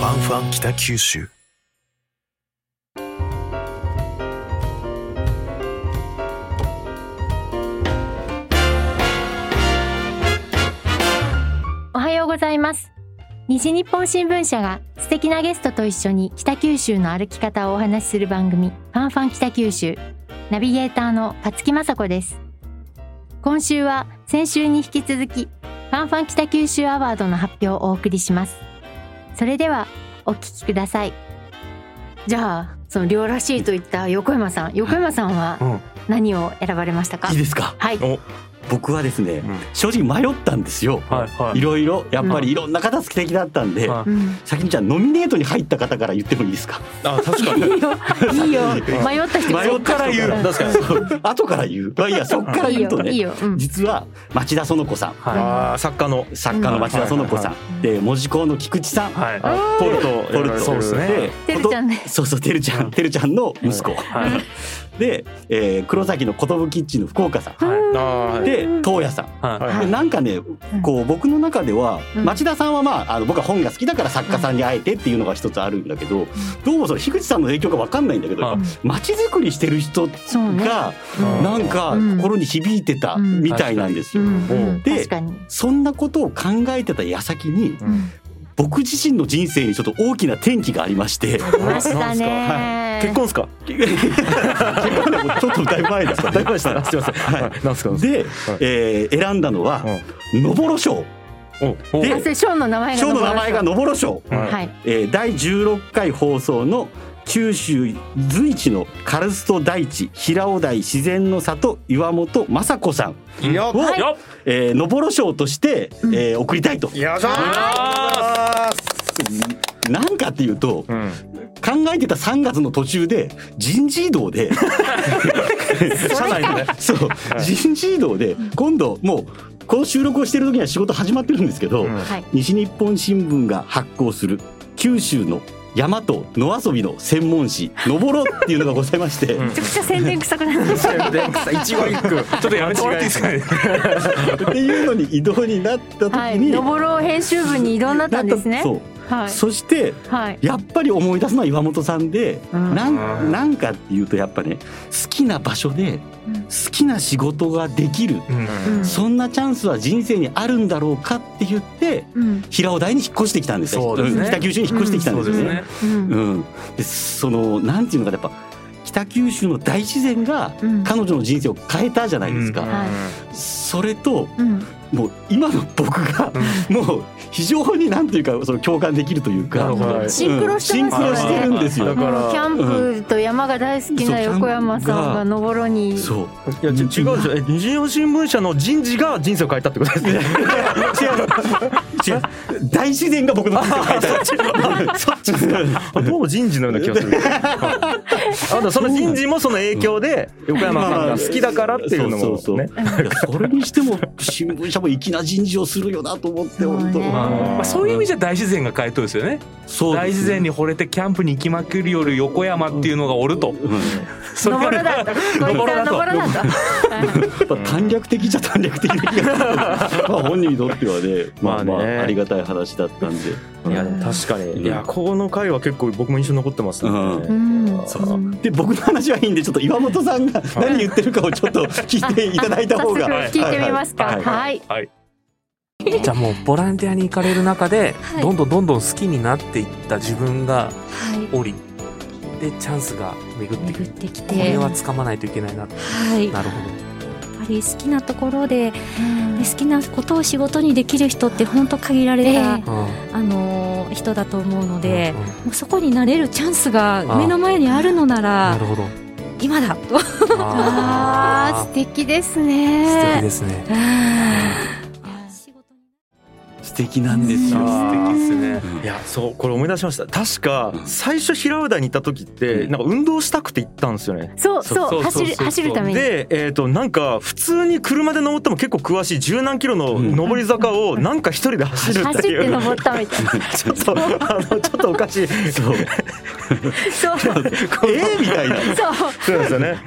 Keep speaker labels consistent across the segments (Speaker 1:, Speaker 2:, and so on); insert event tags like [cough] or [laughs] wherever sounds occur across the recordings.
Speaker 1: 北九州
Speaker 2: おはようございます西日本新聞社が素敵なゲストと一緒に北九州の歩き方をお話しする番組ファンファン北九州ナビゲーターの勝木雅子です今週は先週に引き続きファンファン北九州アワードの発表をお送りしますそれではお聞きくださいじゃあその両らしいと言った横山さん横山さん
Speaker 3: う
Speaker 2: は
Speaker 3: ん、
Speaker 2: 何を選ばれましたか
Speaker 4: いいですか
Speaker 2: はい
Speaker 3: お
Speaker 4: 僕はですね、
Speaker 3: ん
Speaker 4: 正直迷ったんですよ、、
Speaker 3: はいはい
Speaker 4: ろいろやっぱ
Speaker 2: うん
Speaker 4: りいろんな方素敵だったんで、
Speaker 3: は
Speaker 2: うん
Speaker 4: 先にじゃあノミネートに入った方から言ってもいいですか
Speaker 3: あ確かに
Speaker 2: いいよいいよ迷った人
Speaker 4: 迷ったから言う
Speaker 2: うん
Speaker 4: 確かにそう [laughs] 後から言うまあいいやそっから
Speaker 2: いい
Speaker 4: 言うと
Speaker 2: よいい
Speaker 4: ね
Speaker 2: よ、うん
Speaker 4: 実は町田園子さん
Speaker 3: は
Speaker 1: あー作家の
Speaker 4: 作家の町田園子さん、
Speaker 2: うん
Speaker 4: で文字工の菊池さん、
Speaker 3: いはい
Speaker 2: あ
Speaker 4: ポルトポルト
Speaker 3: そうですね
Speaker 2: て
Speaker 4: で
Speaker 2: るちゃんね
Speaker 4: そうそうてるちゃんてるちゃんの息子、
Speaker 3: はい
Speaker 4: で、えー黒崎の寿キッチンの福岡さん
Speaker 3: はい
Speaker 1: あー
Speaker 4: で東野さん
Speaker 3: はい
Speaker 2: は
Speaker 4: で
Speaker 2: い
Speaker 4: なんかねこう僕の中では
Speaker 2: うん
Speaker 4: 町田さんはまああの僕は本が好きだから作家さんに会えてっていうのが一つあるんだけどどうもその樋口さんの影響が分かんないんだけど
Speaker 3: はい
Speaker 4: 町づくりしてる人
Speaker 2: そうね
Speaker 4: が
Speaker 2: うん
Speaker 4: なんか心に響いてたみたいなんです
Speaker 2: う
Speaker 4: よ。
Speaker 2: んうん
Speaker 4: で
Speaker 2: 確かに
Speaker 4: そんなことを考えてた矢先に僕自身の人生にちょっと大きな転機がありまして
Speaker 2: ありましたね
Speaker 1: 結婚ですか
Speaker 4: ちょっとだいぶ前ですかだいぶ前でした
Speaker 1: あすいません
Speaker 4: はい
Speaker 1: はいなんすか
Speaker 4: で、えー選んだのは「のぼろ賞
Speaker 1: うんおお
Speaker 4: で
Speaker 2: あそれショーンの名」前が
Speaker 4: 賞の名前が「
Speaker 2: 残
Speaker 4: のぼろ賞」
Speaker 2: る
Speaker 1: はい
Speaker 2: はい
Speaker 4: えー第16回放送の九州随一のカルスト大地平尾台自然の里岩本雅子さん
Speaker 1: よ
Speaker 4: を、
Speaker 2: はい
Speaker 3: よ
Speaker 4: えーのぼろ賞として、えー送りたいと。
Speaker 1: よいしょ
Speaker 4: なんかっていうと
Speaker 1: うん
Speaker 4: 考えてた3月の途中で人事異動で
Speaker 1: [laughs]
Speaker 4: 社内でねそう人事異動で今度もうこの収録をしてる時には仕事始まってるんですけど、
Speaker 1: うん
Speaker 2: はい
Speaker 4: 西日本新聞が発行する九州の山と野遊びの専門誌「のぼろ」っていうのがございまして、
Speaker 1: ん
Speaker 2: めちゃくちゃ宣伝臭くなって
Speaker 1: ちょっとやめてください一語一句ちょっとやめてもらっていいですかね
Speaker 4: っていうのに移動になった時に、
Speaker 2: はいのぼろう編集部に移動になったんですね
Speaker 4: そう、
Speaker 2: はい
Speaker 4: そして
Speaker 2: はい
Speaker 4: やっぱり思い出すのは岩本さんで、
Speaker 2: うん
Speaker 4: なんなんかっていうとやっぱね好きな場所で
Speaker 2: うん
Speaker 4: 好きな仕事ができる、
Speaker 2: うん
Speaker 4: そんなチャンスは人生にあるんだろうかって言って
Speaker 2: うん
Speaker 4: 平尾台に引っ越してきたんですよ
Speaker 3: そうですね
Speaker 4: 北九州に引っ越してきたん
Speaker 3: そ
Speaker 4: で
Speaker 3: う
Speaker 4: す
Speaker 3: で
Speaker 4: よ
Speaker 3: す
Speaker 4: ね。
Speaker 3: ね
Speaker 2: うん
Speaker 4: うん、でそのなんていうのかなやっぱ北九州の大自然が
Speaker 2: うん
Speaker 4: 彼女の人生を変えたじゃないですか、
Speaker 2: は
Speaker 4: それと
Speaker 2: うん
Speaker 4: もう今の僕がもう非常になんていうかその共感できるという
Speaker 1: な
Speaker 4: か
Speaker 1: るほど
Speaker 4: うん
Speaker 2: シンクロしてますよね
Speaker 4: シンクロしてるんです
Speaker 1: だ
Speaker 4: よ
Speaker 1: か。ら
Speaker 2: もうキャンプと山が大好きな横山さんがのぼろに
Speaker 4: そう
Speaker 1: いやち違うじゃ
Speaker 4: [laughs]
Speaker 1: んえ西日本新聞社の人事が人生を変えたって [laughs] ことですね
Speaker 4: 違う大自然が僕の人生を変え
Speaker 1: [laughs]
Speaker 4: たそっちですか
Speaker 1: あどうも人事のような気がする。 [laughs] あとその人事もその影響で横山さんが好きだからっていうのも
Speaker 4: そうそう
Speaker 1: ね。
Speaker 4: そういやそれにしても新聞社も粋な人事をするよなと思って本当
Speaker 2: そうね
Speaker 3: まあ
Speaker 1: うん
Speaker 3: まあそういう意味じゃ大自然が回答ですよね
Speaker 4: そう
Speaker 3: 大自然に惚れてキャンプに行きまくるより横山っていうのがおると
Speaker 4: うん
Speaker 3: それ
Speaker 2: のぼろ
Speaker 3: が
Speaker 2: だった。のぼろだった。はい
Speaker 4: やっぱ短絡的じゃ短絡的な [laughs] 気がするまあ本人にとってはねまあま
Speaker 1: まあね
Speaker 4: あありがたい話だったんで
Speaker 1: いやでも確かに
Speaker 4: ん
Speaker 1: いやこの回は結構僕も印象に残ってますね。
Speaker 4: う
Speaker 2: うん。
Speaker 4: そうで僕の話はいいんでちょっと岩本さんが何言ってるかをちょっと聞いていただいた方が
Speaker 2: [laughs] 早速聞いてみますか。はい。
Speaker 3: はい [laughs]
Speaker 5: じゃあもうボランティアに行かれる中で、
Speaker 6: はい
Speaker 5: どんどんどんどん好きになっていった自分が
Speaker 6: はい
Speaker 5: おりでチャンスが巡ってく
Speaker 6: 巡
Speaker 5: る、
Speaker 6: ってき
Speaker 5: これ
Speaker 6: て、
Speaker 5: は
Speaker 6: は
Speaker 5: 掴まないといけないな、
Speaker 6: い、やっ
Speaker 5: なるほど
Speaker 6: ぱり好きなところでで好きなことを仕事にできる人って本当限られた、
Speaker 2: ええ
Speaker 5: うん
Speaker 6: あのー人だと思うので
Speaker 5: うん、うん
Speaker 6: もうそこになれるチャンスが
Speaker 5: あ
Speaker 6: 目の前にあるのな
Speaker 5: な
Speaker 6: ら
Speaker 5: るほど
Speaker 6: 今だと。
Speaker 2: ああ
Speaker 5: あ
Speaker 2: 素
Speaker 5: ー
Speaker 2: 敵で
Speaker 5: 素
Speaker 2: す
Speaker 5: 敵
Speaker 2: ね。
Speaker 5: ですね
Speaker 6: [laughs]
Speaker 4: 素敵なんですよ
Speaker 1: あ
Speaker 3: 素
Speaker 1: ー
Speaker 3: 敵ですね
Speaker 4: うん
Speaker 1: いやそうこれ思い出しました確か最初平尾台に行った時って
Speaker 4: うん
Speaker 1: なんか運動したくて行ったんですよね。
Speaker 2: そうそう走る走るために。
Speaker 1: で、えー、となんか普通に車で登っても結構詳しい十何キロの上り坂をなんか一人で走る
Speaker 2: 走
Speaker 1: っ
Speaker 2: って
Speaker 1: いう
Speaker 2: て
Speaker 1: [laughs]
Speaker 2: 登ったみたいな。
Speaker 1: ちょっとあのちょっとおかしいそう
Speaker 2: [laughs] そうそう。
Speaker 1: えーみたいな
Speaker 2: こ
Speaker 1: そうですよね
Speaker 2: んな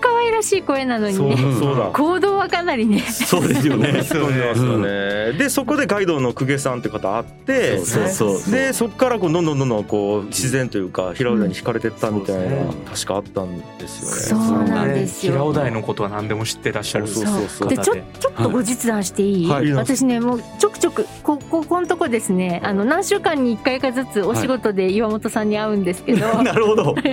Speaker 2: 可愛ららしい声なのにね
Speaker 4: [laughs] う
Speaker 1: そうだ
Speaker 2: 行動はかなりね
Speaker 4: そうですよね。
Speaker 1: そうですよねでそこでガイドの公家さんって方あって
Speaker 4: そうそうそう
Speaker 1: でそこからこうどんどんどんどんこう自然というか平浦に惹かれてったみたいな、
Speaker 3: うん
Speaker 1: 確かあったんです
Speaker 2: そ
Speaker 1: よ
Speaker 2: う
Speaker 1: ね。
Speaker 2: なんですよ
Speaker 3: 平尾台のことは何でも知ってらっしゃる
Speaker 1: そう
Speaker 2: そう
Speaker 1: そう
Speaker 2: で
Speaker 3: 方
Speaker 2: ちょちょっと後日談していい、
Speaker 4: はい
Speaker 2: 私ねもうちょくちょくこここのとこですねあの何週間に1回かずつお仕事で岩本さんに会うんですけど、
Speaker 4: なるほど。
Speaker 2: で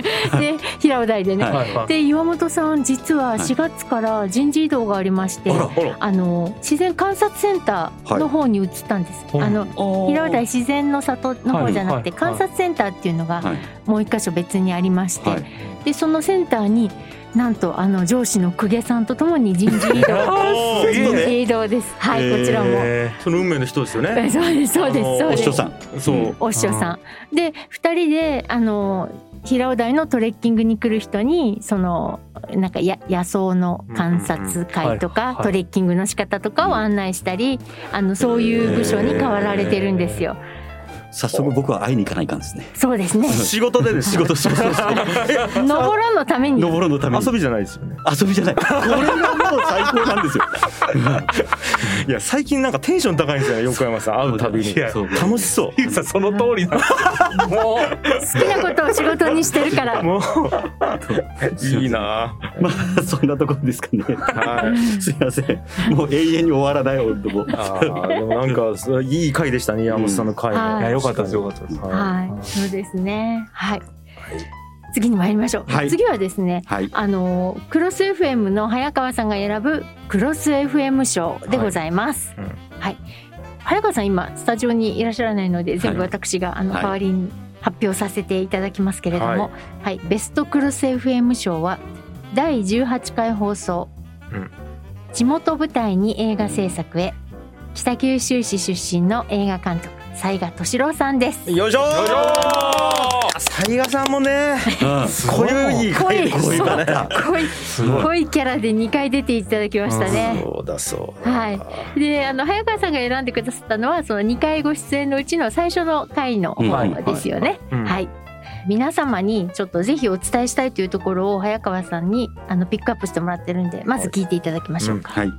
Speaker 2: 平尾台でね、
Speaker 4: はい
Speaker 3: はいはい
Speaker 2: で岩本さん実はい4月から人事異動がありまして、
Speaker 1: あらあら
Speaker 2: あの自然観察センターの方に移ったんです、
Speaker 3: はい
Speaker 2: あの [laughs] 平尾台自然の里の方じゃなくて
Speaker 3: はいはいはい
Speaker 2: 観察センターっていうのが
Speaker 4: はい
Speaker 2: もう一箇所別にありまして、
Speaker 4: はい
Speaker 2: でそのセンターになんとあの上司の公家さんとともに人事異動
Speaker 1: あー
Speaker 4: いいね
Speaker 2: 人事異動ですはい、こちらも、
Speaker 3: え
Speaker 1: その運命の人ですよね。
Speaker 2: え [laughs] そうですそうですそう
Speaker 1: あの
Speaker 4: お
Speaker 2: で
Speaker 4: 師匠
Speaker 2: す
Speaker 4: さん。
Speaker 1: そう、
Speaker 4: うん
Speaker 2: お師匠さんで2人であの平尾台のトレッキングに来る人にそのなんかや野草の観察会と
Speaker 3: うんうんうんはい
Speaker 2: か
Speaker 3: はい
Speaker 2: トレッキングの仕方とかを案内したりあのそういう部署に変わられてるんですよ。
Speaker 4: 早速僕は会いに行かないかんですね。
Speaker 2: そうです
Speaker 1: [laughs]
Speaker 2: ね
Speaker 1: 仕事でです仕事仕事
Speaker 2: 登らんのために
Speaker 4: 登るのために
Speaker 1: 遊びじゃないですよね。
Speaker 4: 遊びじゃない。これがもう最高なんですよ。
Speaker 1: いや最近なんかテンション高いんですよね横山さん会うたびに。
Speaker 3: いや
Speaker 4: そう
Speaker 1: 楽しそ
Speaker 3: ー、ゆうさんその通りなんですよもう
Speaker 2: 好きなことを仕事にしてるか
Speaker 1: う。
Speaker 2: ら
Speaker 1: [laughs] もう [laughs] いいな。
Speaker 4: [laughs] まあそんなところですかね。
Speaker 1: はい。
Speaker 4: すいません。もう永遠に終わらない男。
Speaker 1: あーでもなんかそういい回でしたね山本さんの回
Speaker 2: うんはい
Speaker 1: も。
Speaker 3: いや良かったです良かったです
Speaker 2: はいそうですねはい次に参りましょう、
Speaker 4: はい
Speaker 2: 次はですね
Speaker 4: はい。
Speaker 2: あのクロス FM の早川さんが選ぶクロス FM 賞でございます。は
Speaker 1: はいいうん
Speaker 2: 早川さん今スタジオにいらっしゃらないので全部
Speaker 4: はい
Speaker 2: 私があの
Speaker 4: はい
Speaker 2: 代わりに発表させていただきますけれども、はい
Speaker 1: は
Speaker 2: ベストクロス FM 賞は第18回放送、
Speaker 1: うん
Speaker 2: 地元舞台に映画制作へ北九州市出身の映画監督西賀敏郎さんです。
Speaker 1: よいしょー。サイガさんもね、濃い
Speaker 2: 濃い
Speaker 1: 回でしたね。
Speaker 2: 濃い濃いキャラで2回出ていただきましたね。
Speaker 1: そうだそうだ。
Speaker 2: はいであの早川さんが選んでくださったのはその2回ご出演のうちの最初の回の
Speaker 4: うんはい
Speaker 2: 方ですよね。
Speaker 1: うん
Speaker 2: はい皆様にちょっとぜひお伝えしたいというところを早川さんにあのピックアップしてもらってるんでまず聞いていただきましょうか、
Speaker 4: はい。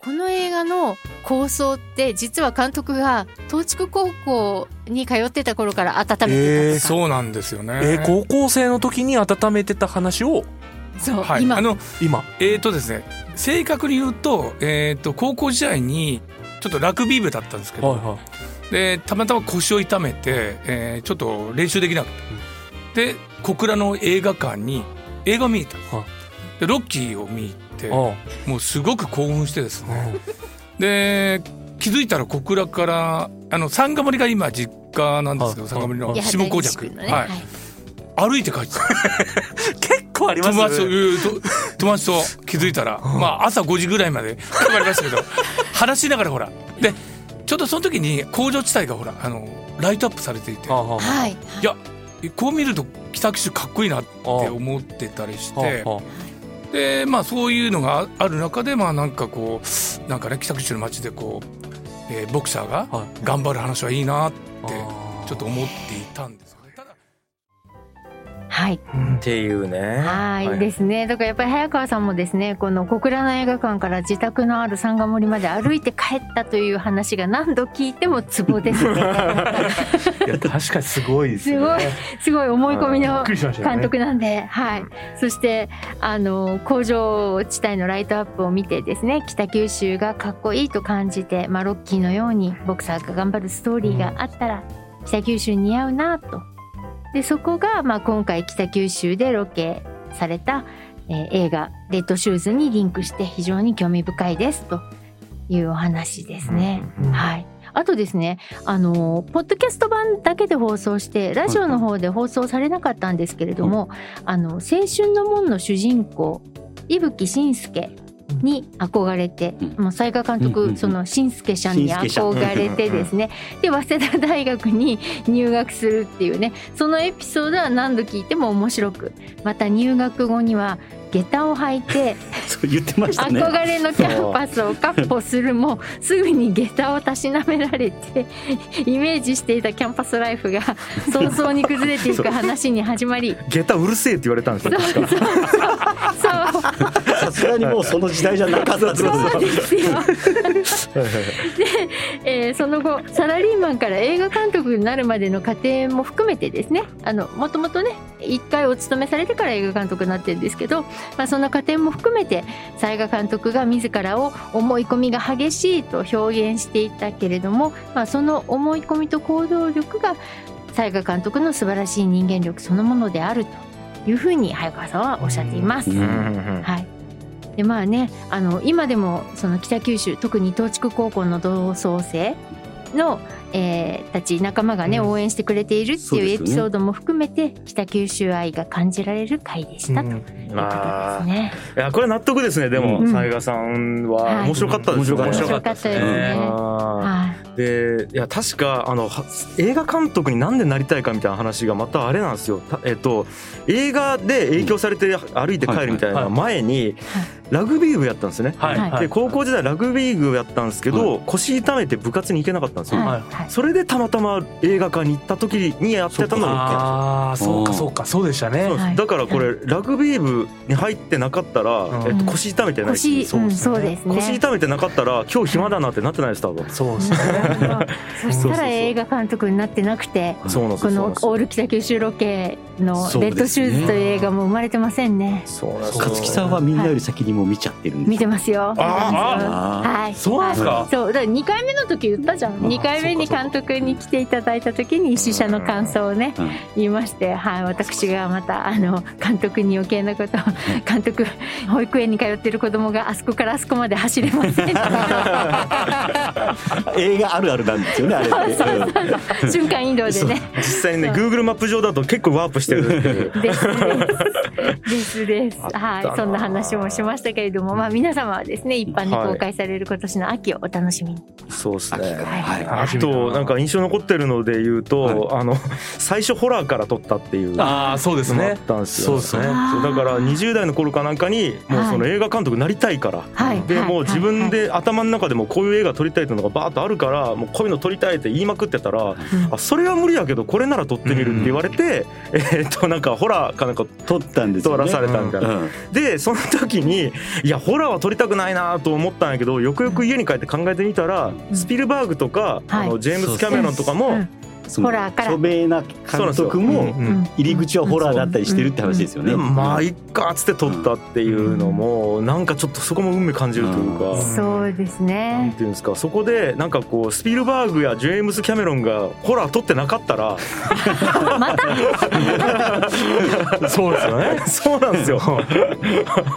Speaker 2: この映画の構想って実は監督が東筑高校に通ってた頃から温めてたとか、
Speaker 7: えー、そうなんですよね。
Speaker 5: えー高校生の時に温めてた話を
Speaker 2: そう、
Speaker 7: はい、
Speaker 2: 今
Speaker 7: あの
Speaker 5: 今
Speaker 7: えー、とですね正確に言うと,、えー、と高校時代にちょっとラグビー部だったんですけど、
Speaker 5: はいは
Speaker 7: でたまたま腰を痛めて、えーちょっと練習できなくて、で小倉の映画館に映画を見に行った、
Speaker 5: は
Speaker 7: でロッキーを見に行って
Speaker 5: いあ
Speaker 7: もうすごく興奮してですね
Speaker 5: あ
Speaker 7: で気づいたら小倉からあの三ヶ森が今実家なんですけど
Speaker 5: はい
Speaker 7: 三ヶ森の
Speaker 2: 八幡
Speaker 7: 下公
Speaker 2: 西
Speaker 7: 爵、
Speaker 2: 区のね、
Speaker 7: は
Speaker 2: はい
Speaker 7: い、歩いて帰ってた
Speaker 5: [laughs] 結構あります
Speaker 7: 友
Speaker 5: よ
Speaker 7: 達と、
Speaker 5: ね
Speaker 7: うんと友達と気づいたら、まあ朝5時ぐらいまでかかりました
Speaker 5: [laughs]
Speaker 7: けど、話しながらほら。で、ちょっとその時に工場地帯がほら、あの、ライトアップされていて、
Speaker 5: あああ
Speaker 2: はいはい
Speaker 7: いや、こう見ると北九州かっこいいなって思ってたりして
Speaker 5: あ、ああ
Speaker 7: で、まあそういうのがある中で、まあなんかこう、なんかね、北九州の街でこう、えーボクサーが
Speaker 5: はい
Speaker 7: 頑張る話はいいなって、
Speaker 5: あ
Speaker 7: ちょっと思っていたんですよね。ただ
Speaker 2: はい
Speaker 1: っていうね。。
Speaker 2: はい、ですすね。だからやっぱり早川さんもですね、この小倉の映画館から自宅のある三ヶ森まで歩いて帰ったという話が何度聞いてもツボです [laughs] ね。
Speaker 3: いや [laughs] 確かにすごいです
Speaker 2: すご
Speaker 3: よ
Speaker 2: い
Speaker 3: ね
Speaker 2: すごい思い込み
Speaker 3: びっ
Speaker 2: の
Speaker 3: くりしましたよね
Speaker 2: 監督なんで、はい。そしてあの工場地帯のライトアップを見てですね、北九州がかっこいいと感じて、まあロッキーのようにボクサーが頑張るストーリーがあったら、北九州に似合うなと。でそこがまあ今回北九州でロケされた、えー映画「レッドシューズ」にリンクして非常に興味深いですというお話ですね。はいあとですねあのポッドキャスト版だけで放送してラジオの方で放送されなかったんですけれども「あの青春の門」の主人公伊吹慎介に憧れて、
Speaker 4: うん
Speaker 2: もう西賀監
Speaker 4: うんうんう
Speaker 2: 督
Speaker 4: ん
Speaker 2: その慎介ちゃんに
Speaker 4: 紳助ちゃん
Speaker 2: 憧れてですねで早稲田大学に入学するっていうねそのエピソードは何度聞いても面白くまた入学後には下駄を履いて
Speaker 4: そう言ってましたね。
Speaker 2: 憧れのキャンパスを闊歩するもすぐに下駄をたしなめられてイメージしていたキャンパスライ
Speaker 4: [laughs]
Speaker 2: フが早々に崩れていく話に始まり
Speaker 1: 下駄うるせえって言われたんですよ確か
Speaker 2: そう
Speaker 4: さすがにもうその時代じゃなかったってこと
Speaker 2: そうですよで、えーその後サラリーマンから映画監督になるまでの過程も含めてですねあのもともとね一回お勤めされてから映画監督になってるんですけど、まあ、その過程も含めて雑賀監督が自らを思い込みが激しいと表現していたけれども、まあ、その思い込みと行動力が雑賀監督の素晴らしい人間力そのものであるというふうに早川さんはおっしゃっています。
Speaker 4: うん
Speaker 1: に
Speaker 2: はい。でまあね、あの今でもその北九州特に東筑高校の同窓生の、えーたち仲間がね、応援してくれているって
Speaker 4: そう
Speaker 2: い
Speaker 4: で
Speaker 2: う
Speaker 4: す
Speaker 2: エ
Speaker 4: よね
Speaker 2: ピソードも含めて、北九州愛が感じられる回でしたということで
Speaker 1: うんますあ
Speaker 2: ね。
Speaker 1: いやこれ納得ですねでも
Speaker 2: うん
Speaker 1: 雑賀さんは
Speaker 2: はい
Speaker 1: 面白かったですね
Speaker 4: 面白
Speaker 2: かったですね
Speaker 1: あ
Speaker 2: はい。
Speaker 1: ーでいや確かあのは映画監督になんでなりたいかみたいな話がまたあれなんですよたえっと映画で影響されて歩いて帰るみたいな前にラグビー部やったんですね
Speaker 7: はい
Speaker 2: はい
Speaker 7: は
Speaker 1: で
Speaker 7: い
Speaker 1: 高校時代ラグビー部やったんですけど腰痛めて部活に行けなかったんですよ
Speaker 2: はい。
Speaker 1: それでたまたま映画館に行った時にやってたのが
Speaker 3: ああそうかそうかそうでしたね
Speaker 1: そう。です
Speaker 2: はい
Speaker 1: だからこれラグビー部に入ってなかったら、
Speaker 3: うん
Speaker 1: えっと、腰痛めてないし
Speaker 2: 腰、うん、そうですね。
Speaker 1: 腰痛めてなかったら今日暇だなってなってないです多分
Speaker 2: [laughs]
Speaker 3: そうですね。
Speaker 2: なるほどそし
Speaker 1: そうそう
Speaker 2: た
Speaker 1: そう
Speaker 2: ら映画監督になってなくて、
Speaker 1: そうなんです
Speaker 2: こ
Speaker 1: よ
Speaker 2: のオール北九州ロケのレッドシューズという映画も生まれてませんね。
Speaker 1: そうなんですよ
Speaker 4: 勝木さんはみんなより先にもう見ちゃってるんです
Speaker 2: 見てますよ。
Speaker 4: あー
Speaker 2: はい。
Speaker 7: そうなんですか
Speaker 2: そうだから2回目の時言ったじゃん2回目に監督に来ていただいた時に試写の感想をね
Speaker 4: うん
Speaker 2: 言いまして、はい、私がまたあの監督に余計なことを「監督保育園に通ってる子供があそこからあそこまで走れませ
Speaker 4: [laughs]
Speaker 2: ん」
Speaker 4: 映画あるあるなんですよねあれねうん
Speaker 2: 瞬間移動でね
Speaker 1: 実際にね Google マップ上だと結構ワープしてるっ
Speaker 3: [laughs]
Speaker 1: ていう
Speaker 2: ですですですです
Speaker 1: あったな
Speaker 2: はいそんな話もしましたけれども、まあ、皆様はですね一般に公開される今年の秋をお楽しみに。
Speaker 1: そうですね
Speaker 4: はい
Speaker 1: あとなんか印象残ってるので言うと、あの最初ホラーから撮ったっていうのも
Speaker 3: ああそうです
Speaker 1: あ
Speaker 3: ね
Speaker 1: っ。たんです
Speaker 3: そう
Speaker 1: よ
Speaker 3: ですね。
Speaker 1: そうだから20代の頃かなんかにもうその映画監督になりたいから、
Speaker 2: はい
Speaker 1: で
Speaker 2: はい
Speaker 1: もう自分
Speaker 2: は
Speaker 1: で頭の中でもこういう映画撮りたいっていうのがバーッとあるからもうこういうの撮りたいって言いまくってたら、あそれは無理やけどこれなら撮ってみるって言われて、えーっとなんかホラーかなんか
Speaker 4: 撮ったんです
Speaker 1: 撮
Speaker 4: よ
Speaker 1: ら
Speaker 4: ね
Speaker 1: されたみたいな。
Speaker 4: うん
Speaker 1: でその時にいやホラーは撮りたくないなと思ったんやけどよくよく家に帰って考えてみたら、
Speaker 2: ん
Speaker 1: スピルバーグとか、
Speaker 2: はい
Speaker 1: あのジェームス・キャメロンとかも、
Speaker 2: うん
Speaker 4: その
Speaker 2: ホラーから
Speaker 4: 著名な監督
Speaker 1: うん
Speaker 4: も
Speaker 1: うん
Speaker 4: 入り口はホラーだったりしてるって話ですよね
Speaker 1: でもまあいっかっつって撮ったっていうのも、なんかちょっとそこも運命感じるというか。
Speaker 4: うん
Speaker 2: そうです
Speaker 1: なん
Speaker 2: ね
Speaker 1: ていうんですかそこでなんかこうスピルバーグやジェームズ・キャメロンがホラー撮ってなかったら
Speaker 2: [laughs] また
Speaker 1: [laughs] そうですよ [laughs] ねそうなんですよ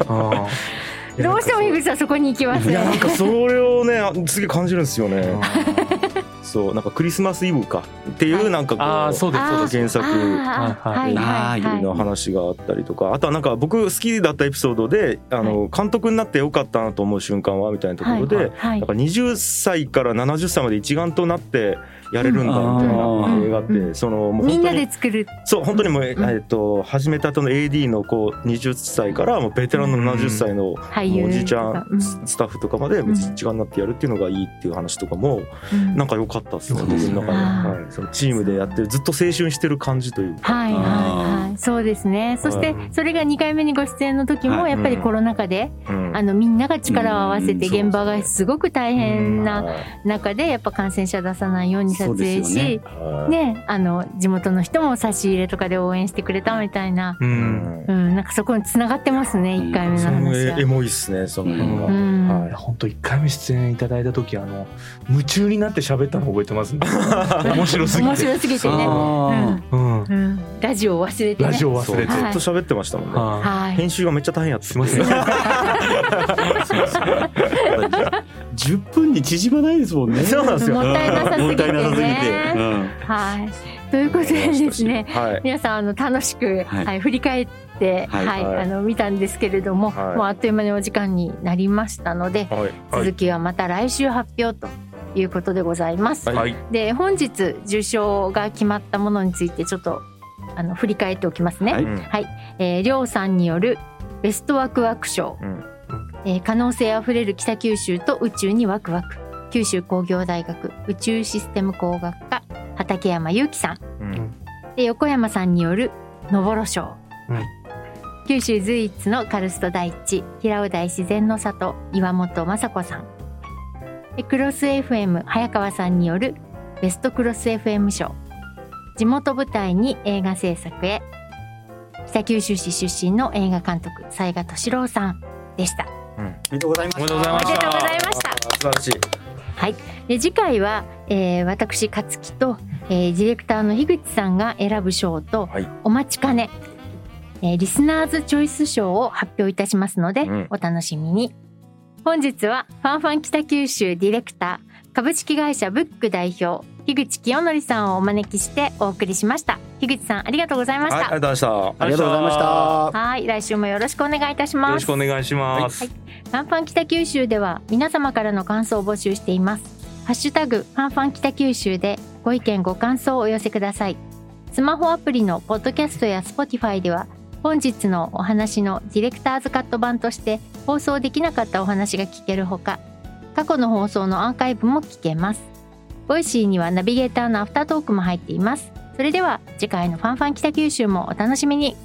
Speaker 3: あ
Speaker 2: どうしても井口さんそこに行きます
Speaker 1: いや
Speaker 2: ね
Speaker 1: なんかそれをねすげえ感じるんですよねそうなんかクリスマスイブかっていうなんかこう、
Speaker 3: あーそうですそうです。
Speaker 1: 原作
Speaker 2: あーはいはいはい
Speaker 1: の話があったりとかあとはなんか僕好きだったエピソードであの監督になってよかったなと思う瞬間はみたいなところで、
Speaker 2: はいはい
Speaker 1: なんか20歳から70歳まで一丸となってやれるんだみたいな映画って、
Speaker 2: う
Speaker 1: そのもう
Speaker 2: みん
Speaker 1: 本当
Speaker 2: な
Speaker 1: に
Speaker 2: で作る
Speaker 1: そう本当にもう、え
Speaker 2: うん
Speaker 1: えっと始めたての AD のこう20歳からもうベテランの70歳の
Speaker 2: 俳
Speaker 1: もうおじ
Speaker 2: 優
Speaker 1: いち
Speaker 2: と
Speaker 1: ゃ
Speaker 2: か
Speaker 1: ん、ススタッフとかまで
Speaker 2: ん
Speaker 1: 一丸になってやるっていうのがいいっていう話とかも
Speaker 2: うんうん
Speaker 1: なんか良かったですね
Speaker 3: そうです
Speaker 1: 僕
Speaker 3: ね
Speaker 1: の中で、はい、そのチームでやってるずっと青春してる感じというか。
Speaker 2: はいはいは
Speaker 4: あ
Speaker 2: いそうですねそしてそれが2回目にご出演の時も
Speaker 4: はい
Speaker 2: やっぱりコロナ禍で
Speaker 1: うん
Speaker 2: あのみんなが力を合わせて
Speaker 4: うんそう
Speaker 2: 現場がすごく大変な
Speaker 1: はい
Speaker 2: 中でやっぱ感染者出さないように撮影
Speaker 4: そうで
Speaker 2: しねあの地元の人も差し入れとかで応援してくれたみたいな
Speaker 3: う。
Speaker 1: うんん
Speaker 2: うんなんかそこに繋がってますね1回目の
Speaker 1: その
Speaker 2: 話
Speaker 1: エエ
Speaker 2: は。
Speaker 1: モいっすねその辺
Speaker 2: う
Speaker 1: は。
Speaker 2: ん
Speaker 1: はい
Speaker 3: 本当一回目出演いただいた時あの夢中になって喋ったの覚えてます、ね、面白すぎ
Speaker 2: 面
Speaker 3: て、
Speaker 2: 白すぎてね、
Speaker 4: あ
Speaker 3: うん、
Speaker 2: うんうん、ラジオを忘れてね
Speaker 3: ラジオ忘れて
Speaker 1: ず
Speaker 2: は
Speaker 1: っ
Speaker 2: い
Speaker 1: と喋ってましたもんね。
Speaker 3: は
Speaker 2: はい
Speaker 1: 編集がめっちゃ大変やった。
Speaker 3: いすいません
Speaker 4: 10分に縮まないですもんね
Speaker 1: [laughs] そうなんですよ。
Speaker 2: もったいなさすぎてね
Speaker 4: もったいなさすぎてうん
Speaker 2: はい。ということでですね、
Speaker 1: はい。
Speaker 2: 皆さんあの楽しく、は
Speaker 4: はいい
Speaker 2: 振り返って、は
Speaker 4: はいい
Speaker 1: はい
Speaker 2: あの見たんですけれども、
Speaker 1: はい
Speaker 2: もうあっという間にお時間になりましたので、
Speaker 1: はい。
Speaker 2: 続きはまた来週発表ということでございます。
Speaker 1: はい
Speaker 2: で本日受賞が決まったものについてちょっとあの振り返っておきますね。
Speaker 4: はい
Speaker 2: えー、りょうさんによるベストワクワク賞、
Speaker 1: うん
Speaker 2: えー可能性あふれる北九州と宇宙にワクワク九州工業大学宇宙システム工学科畠山裕樹さん
Speaker 1: うん
Speaker 2: で横山さんによる「のぼろ賞」
Speaker 3: うん
Speaker 2: 九州随一のカルスト台地平尾台自然の里岩本雅子さんでクロス FM 早川さんによる「ベストクロス FM 賞」地元舞台に映画制作へ北九州市出身の映画監督雑賀敏郎さんでした
Speaker 4: りがとうございます
Speaker 1: おめでとうございまし
Speaker 2: お
Speaker 1: た
Speaker 2: めでとうございました
Speaker 1: 素晴らしい
Speaker 2: で次回は、えー、私勝木と、えー、ディレクターの樋口さんが選ぶ賞と、
Speaker 1: はい
Speaker 2: お待ちかね、えーリスナーズチョイス賞を発表いたしますので、
Speaker 1: うん
Speaker 2: お楽しみに本日はファンファン北九州ディレクター株式会社ブック代表樋口清則さんをお招きしてお送りしました樋口さんありがとうございまし
Speaker 1: はい
Speaker 2: た
Speaker 1: ありがとうございました
Speaker 4: ありがとうございました
Speaker 2: はい来週もよろしくお願いいたし
Speaker 3: よ
Speaker 2: ま
Speaker 3: ろ
Speaker 2: す
Speaker 3: しくお願いします。
Speaker 2: ファンファン北九州では皆様からの感想を募集しています。ハッシュタグファンファン北九州でご意見ご感想をお寄せください。スマホアプリのポッドキャストや Spotify では本日のお話のディレクターズカット版として放送できなかったお話が聞けるほか、過去の放送のアーカイブも聞けます。ボイシーにはナビゲーターのアフタートークも入っています。それでは次回のファンファン北九州もお楽しみに。